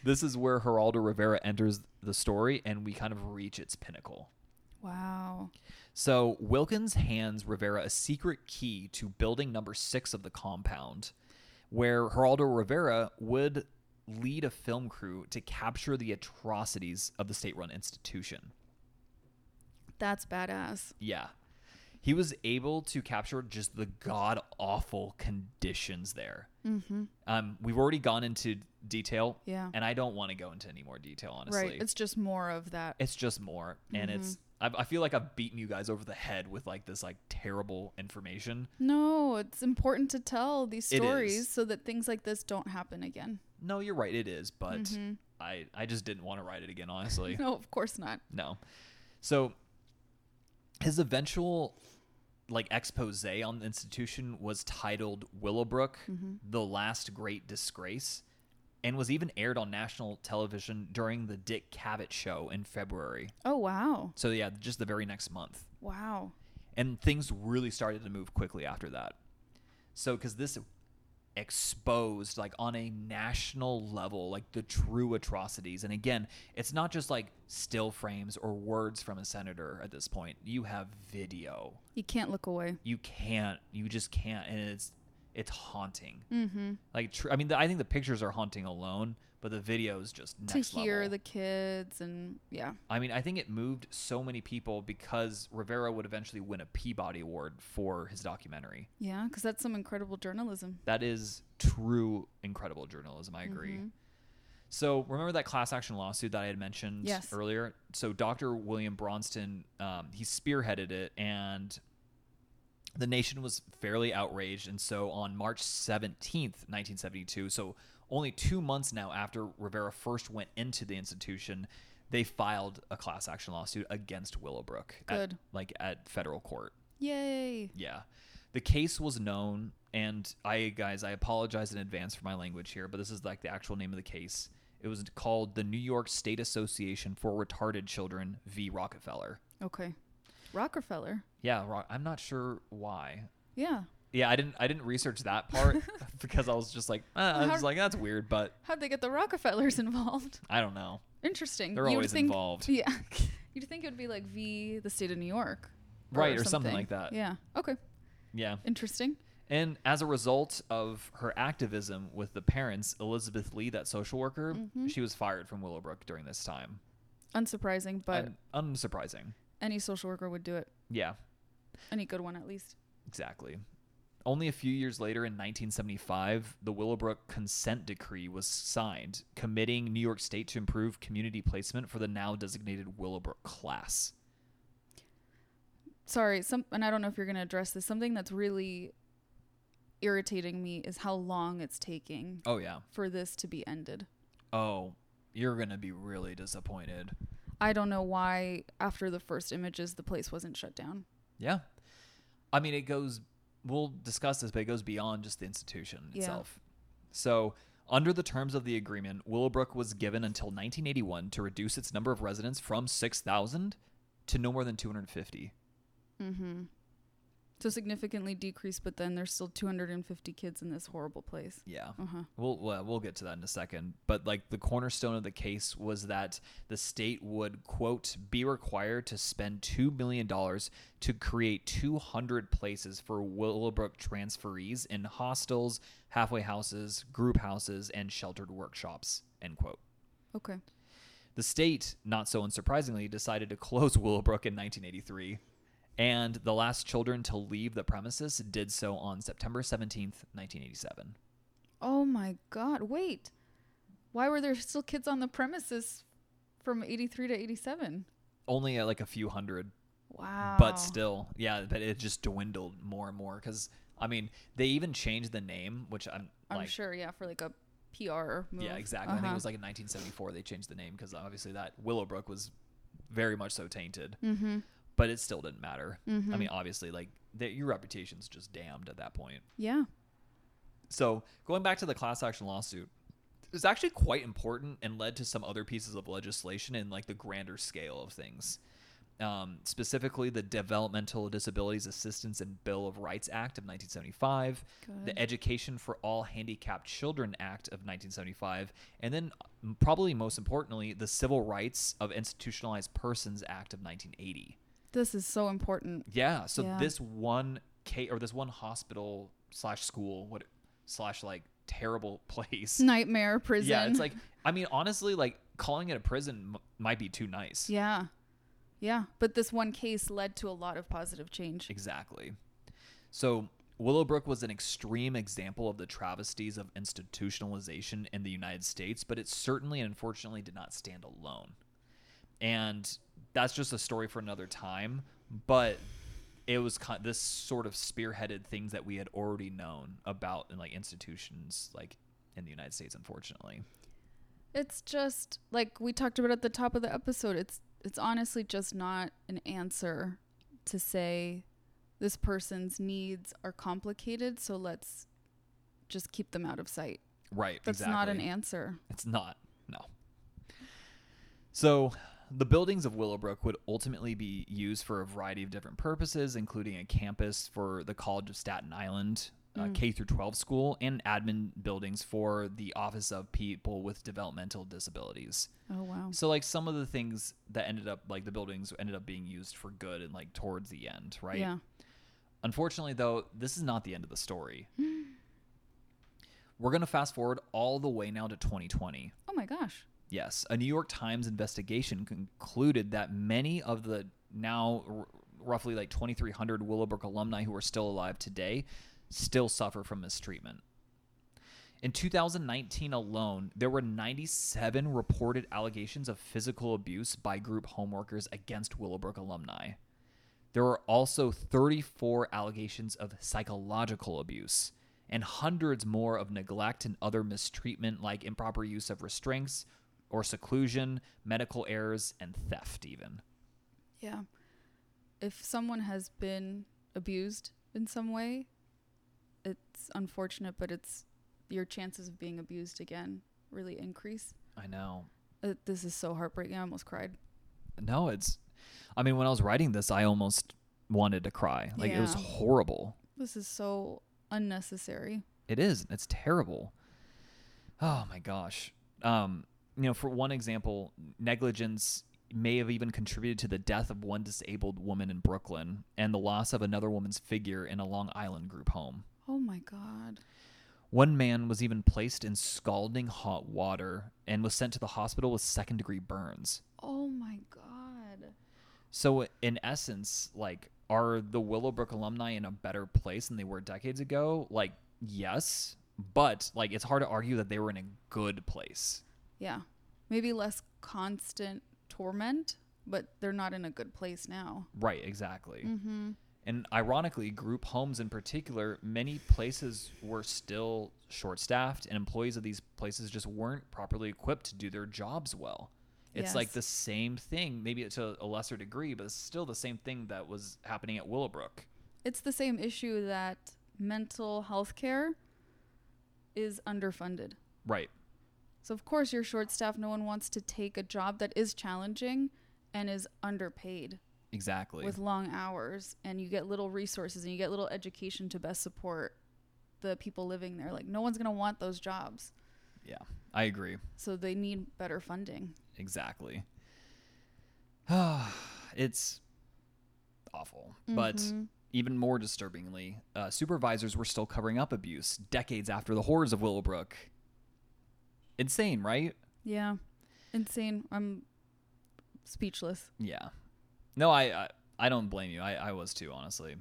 Speaker 2: This is where Geraldo Rivera enters the story and we kind of reach its pinnacle.
Speaker 1: Wow.
Speaker 2: So Wilkins hands Rivera a secret key to building number six of the compound, where Geraldo Rivera would lead a film crew to capture the atrocities of the state run institution.
Speaker 1: That's badass.
Speaker 2: Yeah. He was able to capture just the god awful conditions there. Mm-hmm. Um, we've already gone into detail,
Speaker 1: Yeah.
Speaker 2: and I don't want to go into any more detail, honestly
Speaker 1: Right. It's Mm-hmm. just more of that.
Speaker 2: it's just more and it's I, I feel like i've beaten you guys over the head with like this like terrible information
Speaker 1: No, it's important to tell these
Speaker 2: It
Speaker 1: stories
Speaker 2: is.
Speaker 1: so that things like this don't happen again.
Speaker 2: no you're right it is but i i just didn't want to write it again honestly
Speaker 1: No, of course not.
Speaker 2: no so his eventual like expose on the institution was titled willowbrook the last great disgrace and was even aired on national television during the dick cavett show in february
Speaker 1: Oh, wow.
Speaker 2: so yeah just the very next month
Speaker 1: Wow.
Speaker 2: and things really started to move quickly after that so because this exposed like on a national level like the true atrocities and again it's not just like still frames or words from a senator at this point you have video
Speaker 1: You can't look away.
Speaker 2: you can't you just can't and it's it's haunting
Speaker 1: Mm.
Speaker 2: mm-hmm. like tr- i mean the, i think the pictures are haunting alone but the video is just next
Speaker 1: to hear
Speaker 2: level.
Speaker 1: the kids and yeah.
Speaker 2: I mean, I think it moved so many people because Rivera would eventually win a Peabody Award for his documentary.
Speaker 1: Yeah, because that's some incredible journalism.
Speaker 2: That is true incredible journalism. I agree.
Speaker 1: Mm-hmm.
Speaker 2: So remember that class action lawsuit that I had mentioned
Speaker 1: Yes.
Speaker 2: earlier? So Dr. William Bronston, um, he spearheaded it, and the nation was fairly outraged. And so on March 17th, 1972, so only two months now after Rivera first went into the institution, they filed a class action lawsuit against Willowbrook. at-
Speaker 1: Good.
Speaker 2: like at federal court.
Speaker 1: Yay.
Speaker 2: Yeah. The case was known, and I, guys, I apologize in advance for my language here, but this is like the actual name of the case. It was called the New York State Association for Retarded Children v. Rockefeller.
Speaker 1: Okay. Rockefeller.
Speaker 2: Yeah, Ro- I'm not sure why.
Speaker 1: Yeah.
Speaker 2: Yeah, I didn't. I didn't research that part because I was just like, uh, I was just like, that's weird, but
Speaker 1: How'd they get the Rockefellers involved?
Speaker 2: I don't know.
Speaker 1: Interesting.
Speaker 2: They're
Speaker 1: You would
Speaker 2: always
Speaker 1: think-
Speaker 2: involved.
Speaker 1: Yeah. You'd think it would be like V, the state of New York.
Speaker 2: Right, or something like that.
Speaker 1: Yeah. Okay.
Speaker 2: Yeah,
Speaker 1: Interesting.
Speaker 2: And as a result of her activism with the parents, Elizabeth Lee, that social worker,
Speaker 1: Mm-hmm.
Speaker 2: she was fired from Willowbrook during this time.
Speaker 1: Unsurprising, but
Speaker 2: Un- unsurprising.
Speaker 1: any social worker would do it.
Speaker 2: Yeah,
Speaker 1: Any good one, at least.
Speaker 2: exactly. Only a few years later, in 1975, the Willowbrook Consent Decree was signed, committing New York State to improve community placement for the now designated Willowbrook class.
Speaker 1: Sorry, some, and I don't know if you're going to address this. Something that's really irritating me is how long it's taking
Speaker 2: Oh, yeah.
Speaker 1: for this to be ended.
Speaker 2: Oh, you're going to be really disappointed.
Speaker 1: I don't know why, after the first images, the place wasn't shut down.
Speaker 2: Yeah. I mean, it goes, we'll discuss this, but it goes beyond just the institution
Speaker 1: Yeah.
Speaker 2: itself. So, under the terms of the agreement, Willowbrook was given until 1981 to reduce its number of residents from 6,000 to no more than 250.
Speaker 1: So significantly decreased, but then there's still 250 kids in this horrible place. Uh-huh.
Speaker 2: Yeah. We'll, well, we'll get to that in a second. But, like, the cornerstone of the case was that the state would, quote, be required to spend $2 million to create 200 places for Willowbrook transferees in hostels, halfway houses, group houses, and sheltered workshops, end quote.
Speaker 1: Okay.
Speaker 2: The state, not so unsurprisingly, decided to close Willowbrook in 1983, and the last children to leave the premises did so on September 17th, 1987.
Speaker 1: Oh my God. Wait. Why were there still kids on the premises from 83 to 87?
Speaker 2: only uh, like a few hundred
Speaker 3: Wow.
Speaker 2: but still yeah but it just dwindled more and more because i mean they even changed the name which i'm
Speaker 1: I'm
Speaker 2: like
Speaker 1: sure, Uh-huh. yeah, for like a PR move.
Speaker 2: yeah exactly i think it was like in 1974 they changed the name because obviously that willowbrook was very much so tainted
Speaker 1: Mm-hmm.
Speaker 2: but it still didn't matter i
Speaker 1: Mhm.
Speaker 2: mean obviously like the, your reputation's just damned at that point
Speaker 1: Yeah.
Speaker 2: so going back to the class action lawsuit it was actually quite important and led to some other pieces of legislation in like the grander scale of things um, specifically the developmental disabilities assistance and bill of rights act of 1975 the education for all handicapped children act of 1975 and then uh, probably most importantly the civil rights of institutionalized persons act of 1980
Speaker 1: This is so important.
Speaker 2: yeah. So
Speaker 1: Yeah.
Speaker 2: this one K or this one hospital slash school what slash like terrible place.
Speaker 1: Nightmare prison.
Speaker 2: Yeah, it's like I mean honestly like calling it a prison m- might be too nice.
Speaker 1: Yeah. Yeah. But this one case led to a lot of positive change.
Speaker 2: Exactly. So Willowbrook was an extreme example of the travesties of institutionalization in the United States, but it certainly and unfortunately did not stand alone. And that's just a story for another time, but it was kind this sort of spearheaded things that we had already known about in like institutions like in the United States unfortunately.
Speaker 1: It's just like we talked about at the top of the episode. It's it's honestly just not an answer to say this person's needs are complicated, so let's just keep them out of sight.
Speaker 2: Right,
Speaker 1: That's
Speaker 2: exactly.
Speaker 1: not an answer.
Speaker 2: It's not. No. So, the buildings of Willowbrook would ultimately be used for a variety of different purposes, including a campus for the College of Staten Island uh, K through 12 school and admin buildings for the Office of People with Developmental Disabilities.
Speaker 1: Oh wow.
Speaker 2: So, like some of the things that ended up, like the buildings ended up being used for good and like towards the end, right?
Speaker 1: Yeah.
Speaker 2: Unfortunately, though, this is not the end of the story. We're going to fast forward all the way now to 2020.
Speaker 1: Oh my gosh.
Speaker 2: Yes, a New York Times investigation concluded that many of the now r- roughly like 2,300 Willowbrook alumni who are still alive today still suffer from mistreatment. In 2019 alone, there were 97 reported allegations of physical abuse by group homeworkers against Willowbrook alumni. There were also 34 allegations of psychological abuse and hundreds more of neglect and other mistreatment, like improper use of restraints or seclusion, medical errors, and theft, even.
Speaker 1: Yeah. If someone has been abused in some way, it's unfortunate, but it's your chances of being abused again really increase.
Speaker 2: I know.
Speaker 1: Uh, this is so heartbreaking. I almost cried.
Speaker 2: No, it's. I mean, when I was writing this, I almost wanted to cry. Like, it was
Speaker 1: Yeah.
Speaker 2: horrible.
Speaker 1: This is so unnecessary.
Speaker 2: It is. and It's terrible. Oh my gosh. Um, you know, for one example, negligence may have even contributed to the death of one disabled woman in Brooklyn and the loss of another woman's figure in a Long Island group home.
Speaker 1: Oh my God.
Speaker 2: One man was even placed in scalding hot water and was sent to the hospital with second degree burns.
Speaker 1: Oh my God.
Speaker 2: So, in essence, like, are the Willowbrook alumni in a better place than they were decades ago? Like, yes, but like, it's hard to argue that they were in a good place.
Speaker 1: Yeah. Maybe less constant torment, but they're not in a good place now.
Speaker 2: Right, exactly.
Speaker 1: Mm-hmm.
Speaker 2: And ironically, group homes in particular, many places were still short staffed, and employees of these places just weren't properly equipped to do their jobs well. It's like
Speaker 1: Yes.
Speaker 2: the same thing, maybe to a lesser degree, but it's still the same thing that was happening at Willowbrook.
Speaker 1: It's the same issue that mental health care is underfunded.
Speaker 2: Right.
Speaker 1: So of course you're short staffed, no one wants to take a job that is challenging and is underpaid
Speaker 2: Exactly.
Speaker 1: with long hours and you get little resources and you get little education to best support the people living there. Like no one's going to want those jobs.
Speaker 2: yeah, I agree.
Speaker 1: So they need better funding.
Speaker 2: Exactly. it's awful. But even more disturbingly, uh, supervisors were still covering up abuse decades after the horrors of Willowbrook. Insane, right?
Speaker 1: Yeah. Insane. I'm speechless.
Speaker 2: Yeah. No, I I, I don't blame you. I, I was too, honestly.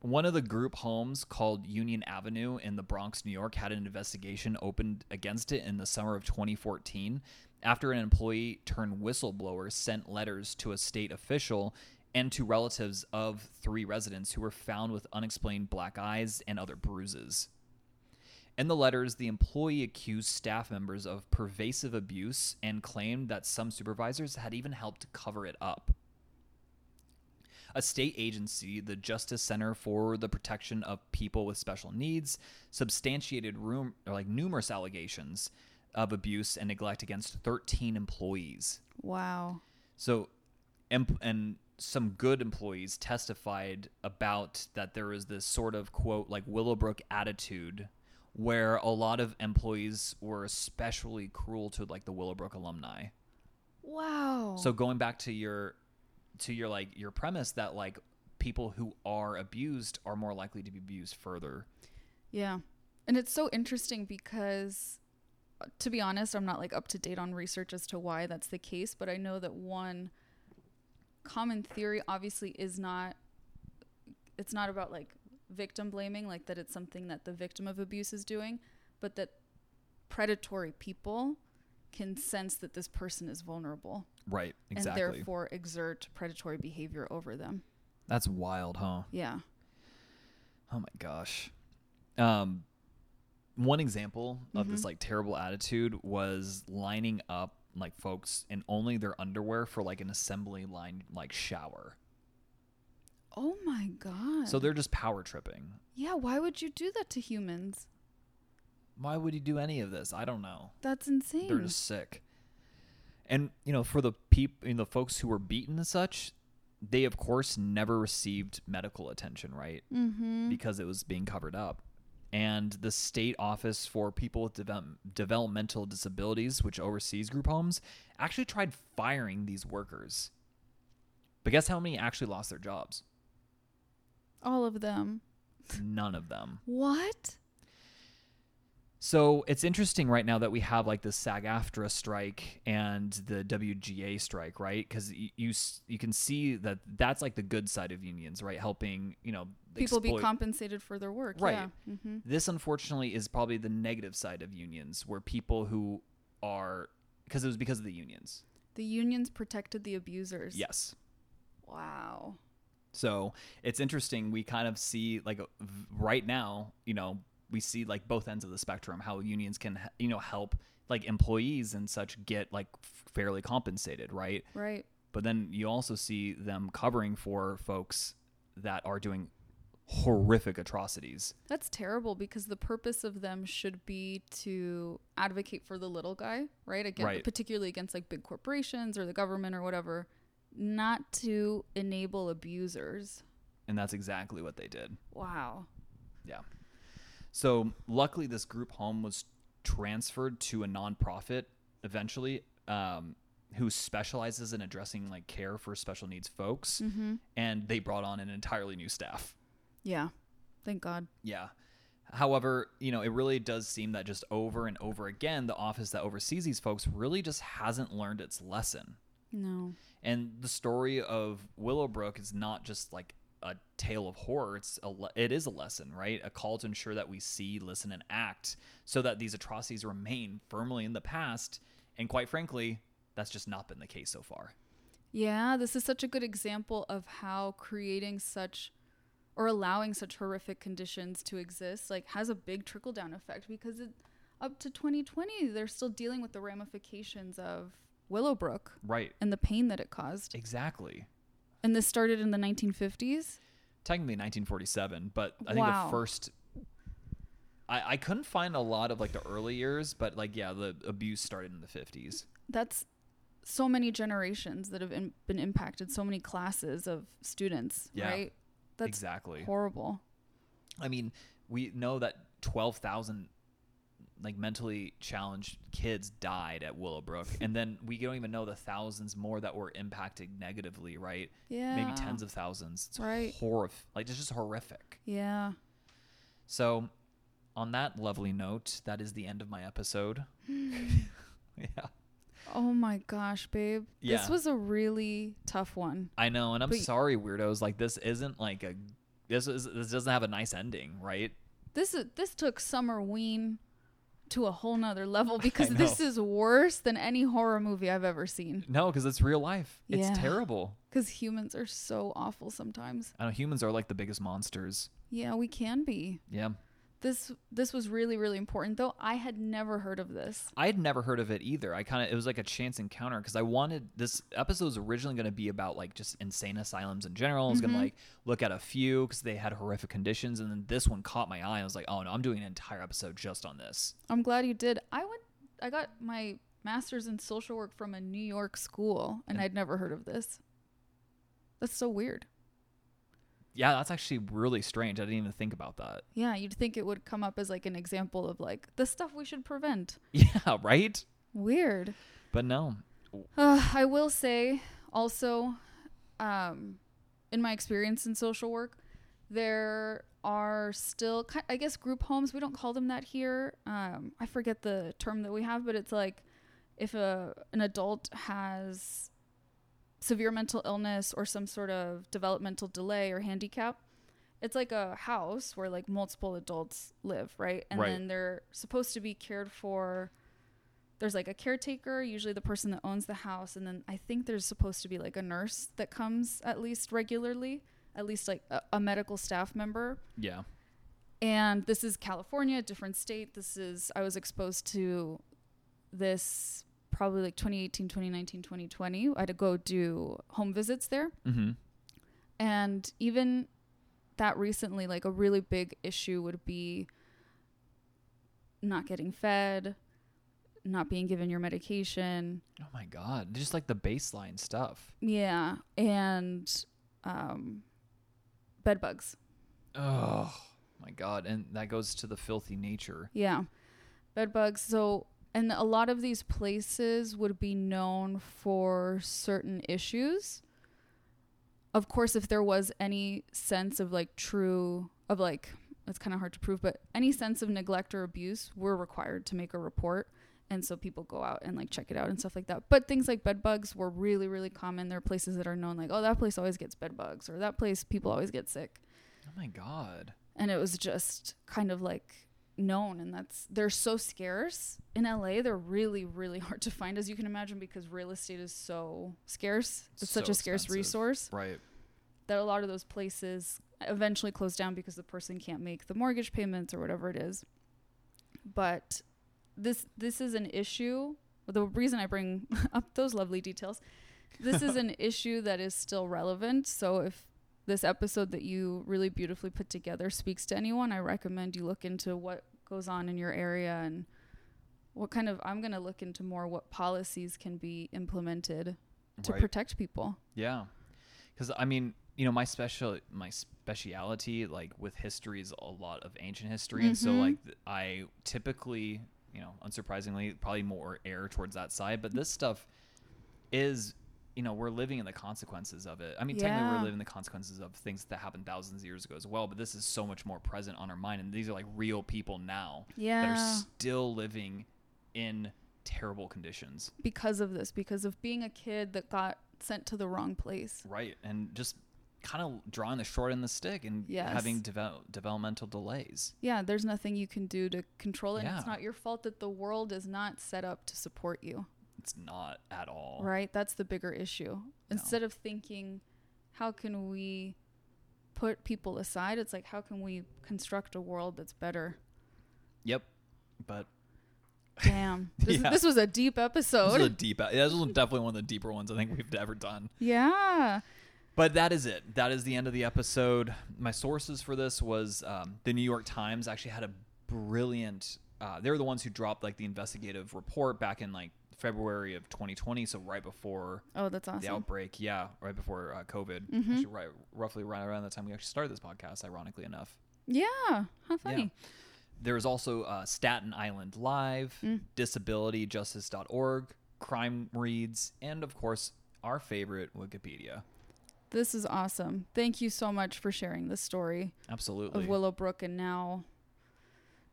Speaker 2: One of the group homes called Union Avenue in the Bronx, New York, had an investigation opened against it in the summer of 2014 after an employee turned whistleblower sent letters to a state official and to relatives of three residents who were found with unexplained black eyes and other bruises. In the letters, the employee accused staff members of pervasive abuse and claimed that some supervisors had even helped cover it up. A state agency, the Justice Center for the Protection of People with Special Needs, substantiated room or like numerous allegations of abuse and neglect against 13 employees.
Speaker 1: Wow.
Speaker 2: So, em- and some good employees testified about that there was this sort of quote like Willowbrook attitude where a lot of employees were especially cruel to like the Willowbrook alumni.
Speaker 1: Wow.
Speaker 2: So going back to your to your like your premise that like people who are abused are more likely to be abused further.
Speaker 1: Yeah. And it's so interesting because, uh, to be honest, I'm not like up to date on research as to why that's the case, but I know that one common theory obviously is not, it's not about like victim blaming, like that it's something that the victim of abuse is doing, but that predatory people can sense that this person is vulnerable
Speaker 2: Right. Exactly.
Speaker 1: and therefore exert predatory behavior over them.
Speaker 2: That's wild, huh?
Speaker 1: Yeah.
Speaker 2: Oh my gosh. Um, one example of this like terrible attitude was lining up like folks in only their underwear for like an assembly line like shower.
Speaker 1: Oh my God.
Speaker 2: So they're just power tripping.
Speaker 1: yeah, why would you do that to humans?
Speaker 2: Why would he do any of this? I don't know.
Speaker 1: That's insane.
Speaker 2: They're just sick. And you know, for the peop you know, folks who were beaten and such, they of course never received medical attention, right? Mm-hmm. Because it was being covered up. And the state office for people with Deve- developmental disabilities, which oversees group homes, actually tried firing these workers. But guess how many actually lost their jobs?
Speaker 1: All of them.
Speaker 2: None of them.
Speaker 1: What?
Speaker 2: So it's interesting right now that we have like the SAG-AFTRA strike and the WGA strike, right? Because you, s- you can see that that's like the good side of unions, right? Helping you know
Speaker 1: People be
Speaker 2: exploit-
Speaker 1: compensated for their work.
Speaker 2: Right.
Speaker 1: Yeah. hmm
Speaker 2: This unfortunately is probably the negative side of unions, where people who are because it was because of the unions.
Speaker 1: The unions protected the abusers.
Speaker 2: Yes.
Speaker 1: Wow.
Speaker 2: So it's interesting. We kind of see like uh, v- right now, you know, we see like both ends of the spectrum how unions can, h- you know, help like employees and such get like f- fairly compensated, right?
Speaker 1: Right.
Speaker 2: But then you also see them covering for folks that are doing horrific atrocities.
Speaker 1: That's terrible because the purpose of them should be to advocate for the little guy, right? Again,
Speaker 2: Right.
Speaker 1: particularly against like big corporations or the government or whatever, not to enable abusers.
Speaker 2: And that's exactly what they did.
Speaker 1: Wow.
Speaker 2: Yeah. So luckily, this group home was transferred to a nonprofit eventually, um, who specializes in addressing like care for special needs folks, and they brought on an entirely new staff.
Speaker 1: Yeah. Thank God.
Speaker 2: Yeah. However, you know, it really does seem that just over and over again, the office that oversees these folks really just hasn't learned its lesson.
Speaker 1: No.
Speaker 2: And the story of Willowbrook is not just like a tale of horror. It's a le- it is a lesson, right? A call to ensure that we see, listen, and act so that these atrocities remain firmly in the past. And quite frankly, that's just not been the case so far.
Speaker 1: Yeah, this is such a good example of how creating such or allowing such horrific conditions to exist like has a big trickle down effect because it up to 2020 they're still dealing with the ramifications of Willowbrook
Speaker 2: Right.
Speaker 1: and the pain that it caused.
Speaker 2: Exactly.
Speaker 1: And this started in the 1950s.
Speaker 2: Technically 1947, but I think
Speaker 1: Wow.
Speaker 2: the first I, I couldn't find a lot of like the early years, but like yeah, the abuse started in the 50s.
Speaker 1: That's so many generations that have in, been impacted, so many classes of students,
Speaker 2: Yeah,
Speaker 1: right? That's
Speaker 2: exactly.
Speaker 1: horrible.
Speaker 2: I mean, we know that 12,000 like mentally challenged kids died at Willowbrook and then we don't even know the thousands more that were impacted negatively, right? Maybe
Speaker 1: Yeah.
Speaker 2: tens of thousands. It's
Speaker 1: Right.
Speaker 2: horrific. Like it's just horrific.
Speaker 1: Yeah.
Speaker 2: So, on that lovely note, that is the end of my episode. yeah.
Speaker 1: Oh my gosh, babe.
Speaker 2: Yeah.
Speaker 1: This was a really tough one.
Speaker 2: I know, and I'm
Speaker 1: But-
Speaker 2: sorry weirdos, like this isn't like a this is this doesn't have a nice ending, right?
Speaker 1: This is this took summer ween to a whole nother level because this
Speaker 2: know.
Speaker 1: is worse than any horror movie I've ever seen.
Speaker 2: No, because it's real life.
Speaker 1: Yeah.
Speaker 2: It's terrible.
Speaker 1: Because humans are so awful sometimes.
Speaker 2: I know humans are like the biggest monsters.
Speaker 1: Yeah, we can be.
Speaker 2: Yeah.
Speaker 1: This this was really really important though. I had never heard of this.
Speaker 2: I had never heard of it either. I kind of it was like a chance encounter because I wanted this episode was originally going to be about like just insane asylums in general. I was going to like look at a few because they had horrific conditions, and then this one caught my eye. I was like, oh no, I'm doing an entire episode just on this.
Speaker 1: I'm glad you did. I went I got my masters in social work from a New York school and I'd never heard of this. That's so weird.
Speaker 2: Yeah, that's actually really strange. I didn't even think about that.
Speaker 1: Yeah, you'd think it would come up as like an example of like the stuff we should prevent.
Speaker 2: Yeah, right.
Speaker 1: Weird.
Speaker 2: But no,
Speaker 1: Uh, I will say also, um, in my experience in social work, there are still, ki- I guess, group homes. We don't call them that here. Um, I forget the term that we have, but it's like if a an adult has severe mental illness or some sort of developmental delay or handicap, it's like a house where like multiple adults live, right? And
Speaker 2: Right.
Speaker 1: then they're supposed to be cared for there's like a caretaker, usually the person that owns the house, and then I think there's supposed to be like a nurse that comes at least regularly, at least like a, a medical staff member.
Speaker 2: yeah,
Speaker 1: And this is California, different state. This is I was exposed to this probably like 2018, 2019, 2020. I had to go do home visits there.
Speaker 2: mm-hmm.
Speaker 1: And even that recently, like a really big issue would be not getting fed, not being given your medication.
Speaker 2: Oh my god, just like the baseline stuff.
Speaker 1: Yeah. And um, bed bugs.
Speaker 2: Oh my god, and that goes to the filthy nature.
Speaker 1: Yeah. Bed bugs. So, and a lot of these places would be known for certain issues. Of course, if there was any sense of like true, of like, it's kind of hard to prove, but any sense of neglect or abuse, we're required to make a report. And so people go out and like check it out and stuff like that. But things like bed bugs were really, really common. There are places that are known like, oh, that place always gets bed bugs or that place people always get sick
Speaker 2: Oh my god.
Speaker 1: and it was just kind of like known and that's they're so scarce in LA they're really really hard to find as you can imagine because real estate is so scarce it's such
Speaker 2: So
Speaker 1: a scarce
Speaker 2: expensive.
Speaker 1: resource
Speaker 2: Right.
Speaker 1: that a lot of those places eventually close down because the person can't make the mortgage payments or whatever it is but this this is an issue the reason I bring up those lovely details this is an issue that is still relevant so if this episode that you really beautifully put together speaks to anyone, I recommend you look into what goes on in your area and what kind of I'm going to look into more what policies can be implemented to
Speaker 2: Right.
Speaker 1: protect people.
Speaker 2: Yeah, because I mean, you know, my special my speciality like with history is a lot of ancient history, and
Speaker 1: Mm-hmm.
Speaker 2: so like th- I typically, you know, unsurprisingly, probably more err towards that side. But this stuff is, you know, we're living in the consequences of it. I mean, technically,
Speaker 1: Yeah.
Speaker 2: we're living the consequences of things that happened thousands of years ago as well. But this is so much more present on our mind, and these are like real people now that
Speaker 1: Yeah.
Speaker 2: are still living in terrible conditions.
Speaker 1: Because of this, because of being a kid that got sent to the wrong place.
Speaker 2: Right, and just kind of drawing the short end of the stick and
Speaker 1: Yes.
Speaker 2: having devel- developmental delays.
Speaker 1: Yeah, there's nothing you can do to control it. And it's
Speaker 2: Yeah.
Speaker 1: not your fault that the world is not set up to support you.
Speaker 2: It's not at all.
Speaker 1: Right? That's the bigger issue. Instead of thinking, how can we put people aside? It's like, how can we construct a world that's better?
Speaker 2: Yep. But
Speaker 1: Damn. This,
Speaker 2: Yeah.
Speaker 1: this was a deep
Speaker 2: this
Speaker 1: episode.
Speaker 2: is a deep. Yeah, this was definitely one of the deeper ones I think we've ever done.
Speaker 1: yeah.
Speaker 2: But that is it. That is the end of the episode. My sources for this was um, the New York Times. Actually, had a brilliant. Uh, they were the ones who dropped like the investigative report back in like February of 2020, so right before
Speaker 1: Oh, that's awesome. Mm-hmm.
Speaker 2: the outbreak. Yeah, right before uh, COVID. Actually, right, roughly right around the time we actually started this podcast, ironically enough.
Speaker 1: yeah. How funny.
Speaker 2: There is also uh, Staten Island Live,
Speaker 1: Mm.
Speaker 2: disabilityjustice.org, Crime Reads, and of course, our favorite, Wikipedia.
Speaker 1: This is awesome. Thank you so much for sharing this story
Speaker 2: Absolutely.
Speaker 1: of Willowbrook and now.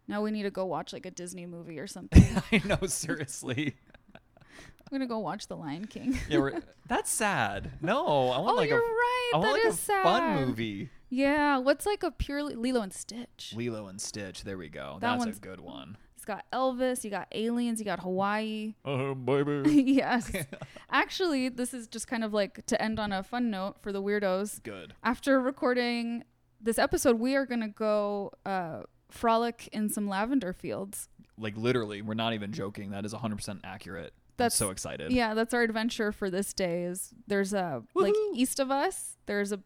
Speaker 1: Now we need to go watch like a Disney movie or something. I'm
Speaker 2: I know, seriously.
Speaker 1: gonna go watch The Lion King.
Speaker 2: Yeah, we're, that's sad. No, I want
Speaker 1: Oh,
Speaker 2: like
Speaker 1: you're
Speaker 2: a,
Speaker 1: right.
Speaker 2: I want
Speaker 1: That
Speaker 2: like
Speaker 1: is
Speaker 2: a
Speaker 1: sad.
Speaker 2: fun movie.
Speaker 1: Yeah, what's like a purely Lilo and Stitch?
Speaker 2: Lilo and Stitch. There we go.
Speaker 1: That
Speaker 2: that's
Speaker 1: one's-
Speaker 2: a good one.
Speaker 1: It's It's got Elvis, you got aliens,
Speaker 2: Mm.
Speaker 1: you got Hawaii.
Speaker 2: Oh, baby.
Speaker 1: yes. Actually, this is just kind of like to end on a fun note for the weirdos.
Speaker 2: Good.
Speaker 1: After recording this episode, we are going to go uh, frolic in some lavender fields.
Speaker 2: Like literally, we're not even joking. That is 100% accurate.
Speaker 1: That's-
Speaker 2: I'm so excited.
Speaker 1: Yeah, that's our adventure for this day. Is there's a like east of us, there's a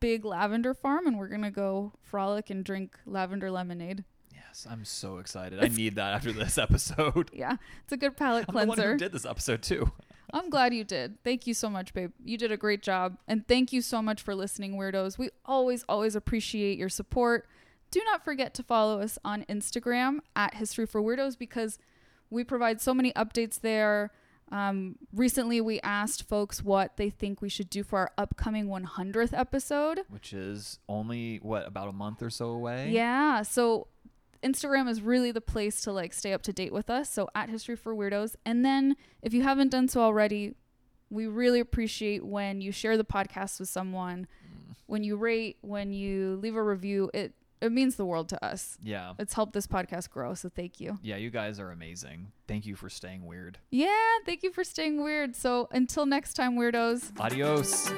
Speaker 1: big lavender farm, and we're gonna go frolic and drink lavender lemonade.
Speaker 2: Yes, I'm so excited. I need that after this episode.
Speaker 1: Yeah, it's a good palate
Speaker 2: I'm the one
Speaker 1: cleanser.
Speaker 2: who did this episode too.
Speaker 1: I'm glad you did. Thank you so much, babe. You did a great job. And thank you so much for listening, weirdos. We always, always appreciate your support. Do not forget to follow us on Instagram at History for Weirdos because we provide so many updates there. Um, recently, we asked folks what they think we should do for our upcoming 100th episode.
Speaker 2: Which is only what about a month or so away?
Speaker 1: Yeah. So Instagram is really the place to like stay up to date with us. So at History for Weirdos. And then if you haven't done so already, we really appreciate when you share the podcast with someone, when you rate, when you leave a review. It it means the world to us.
Speaker 2: Yeah.
Speaker 1: It's helped this podcast grow. So thank you.
Speaker 2: Yeah, you guys are amazing. Thank you for staying weird.
Speaker 1: Yeah, thank you for staying weird. So until next time, weirdos.
Speaker 2: Adios.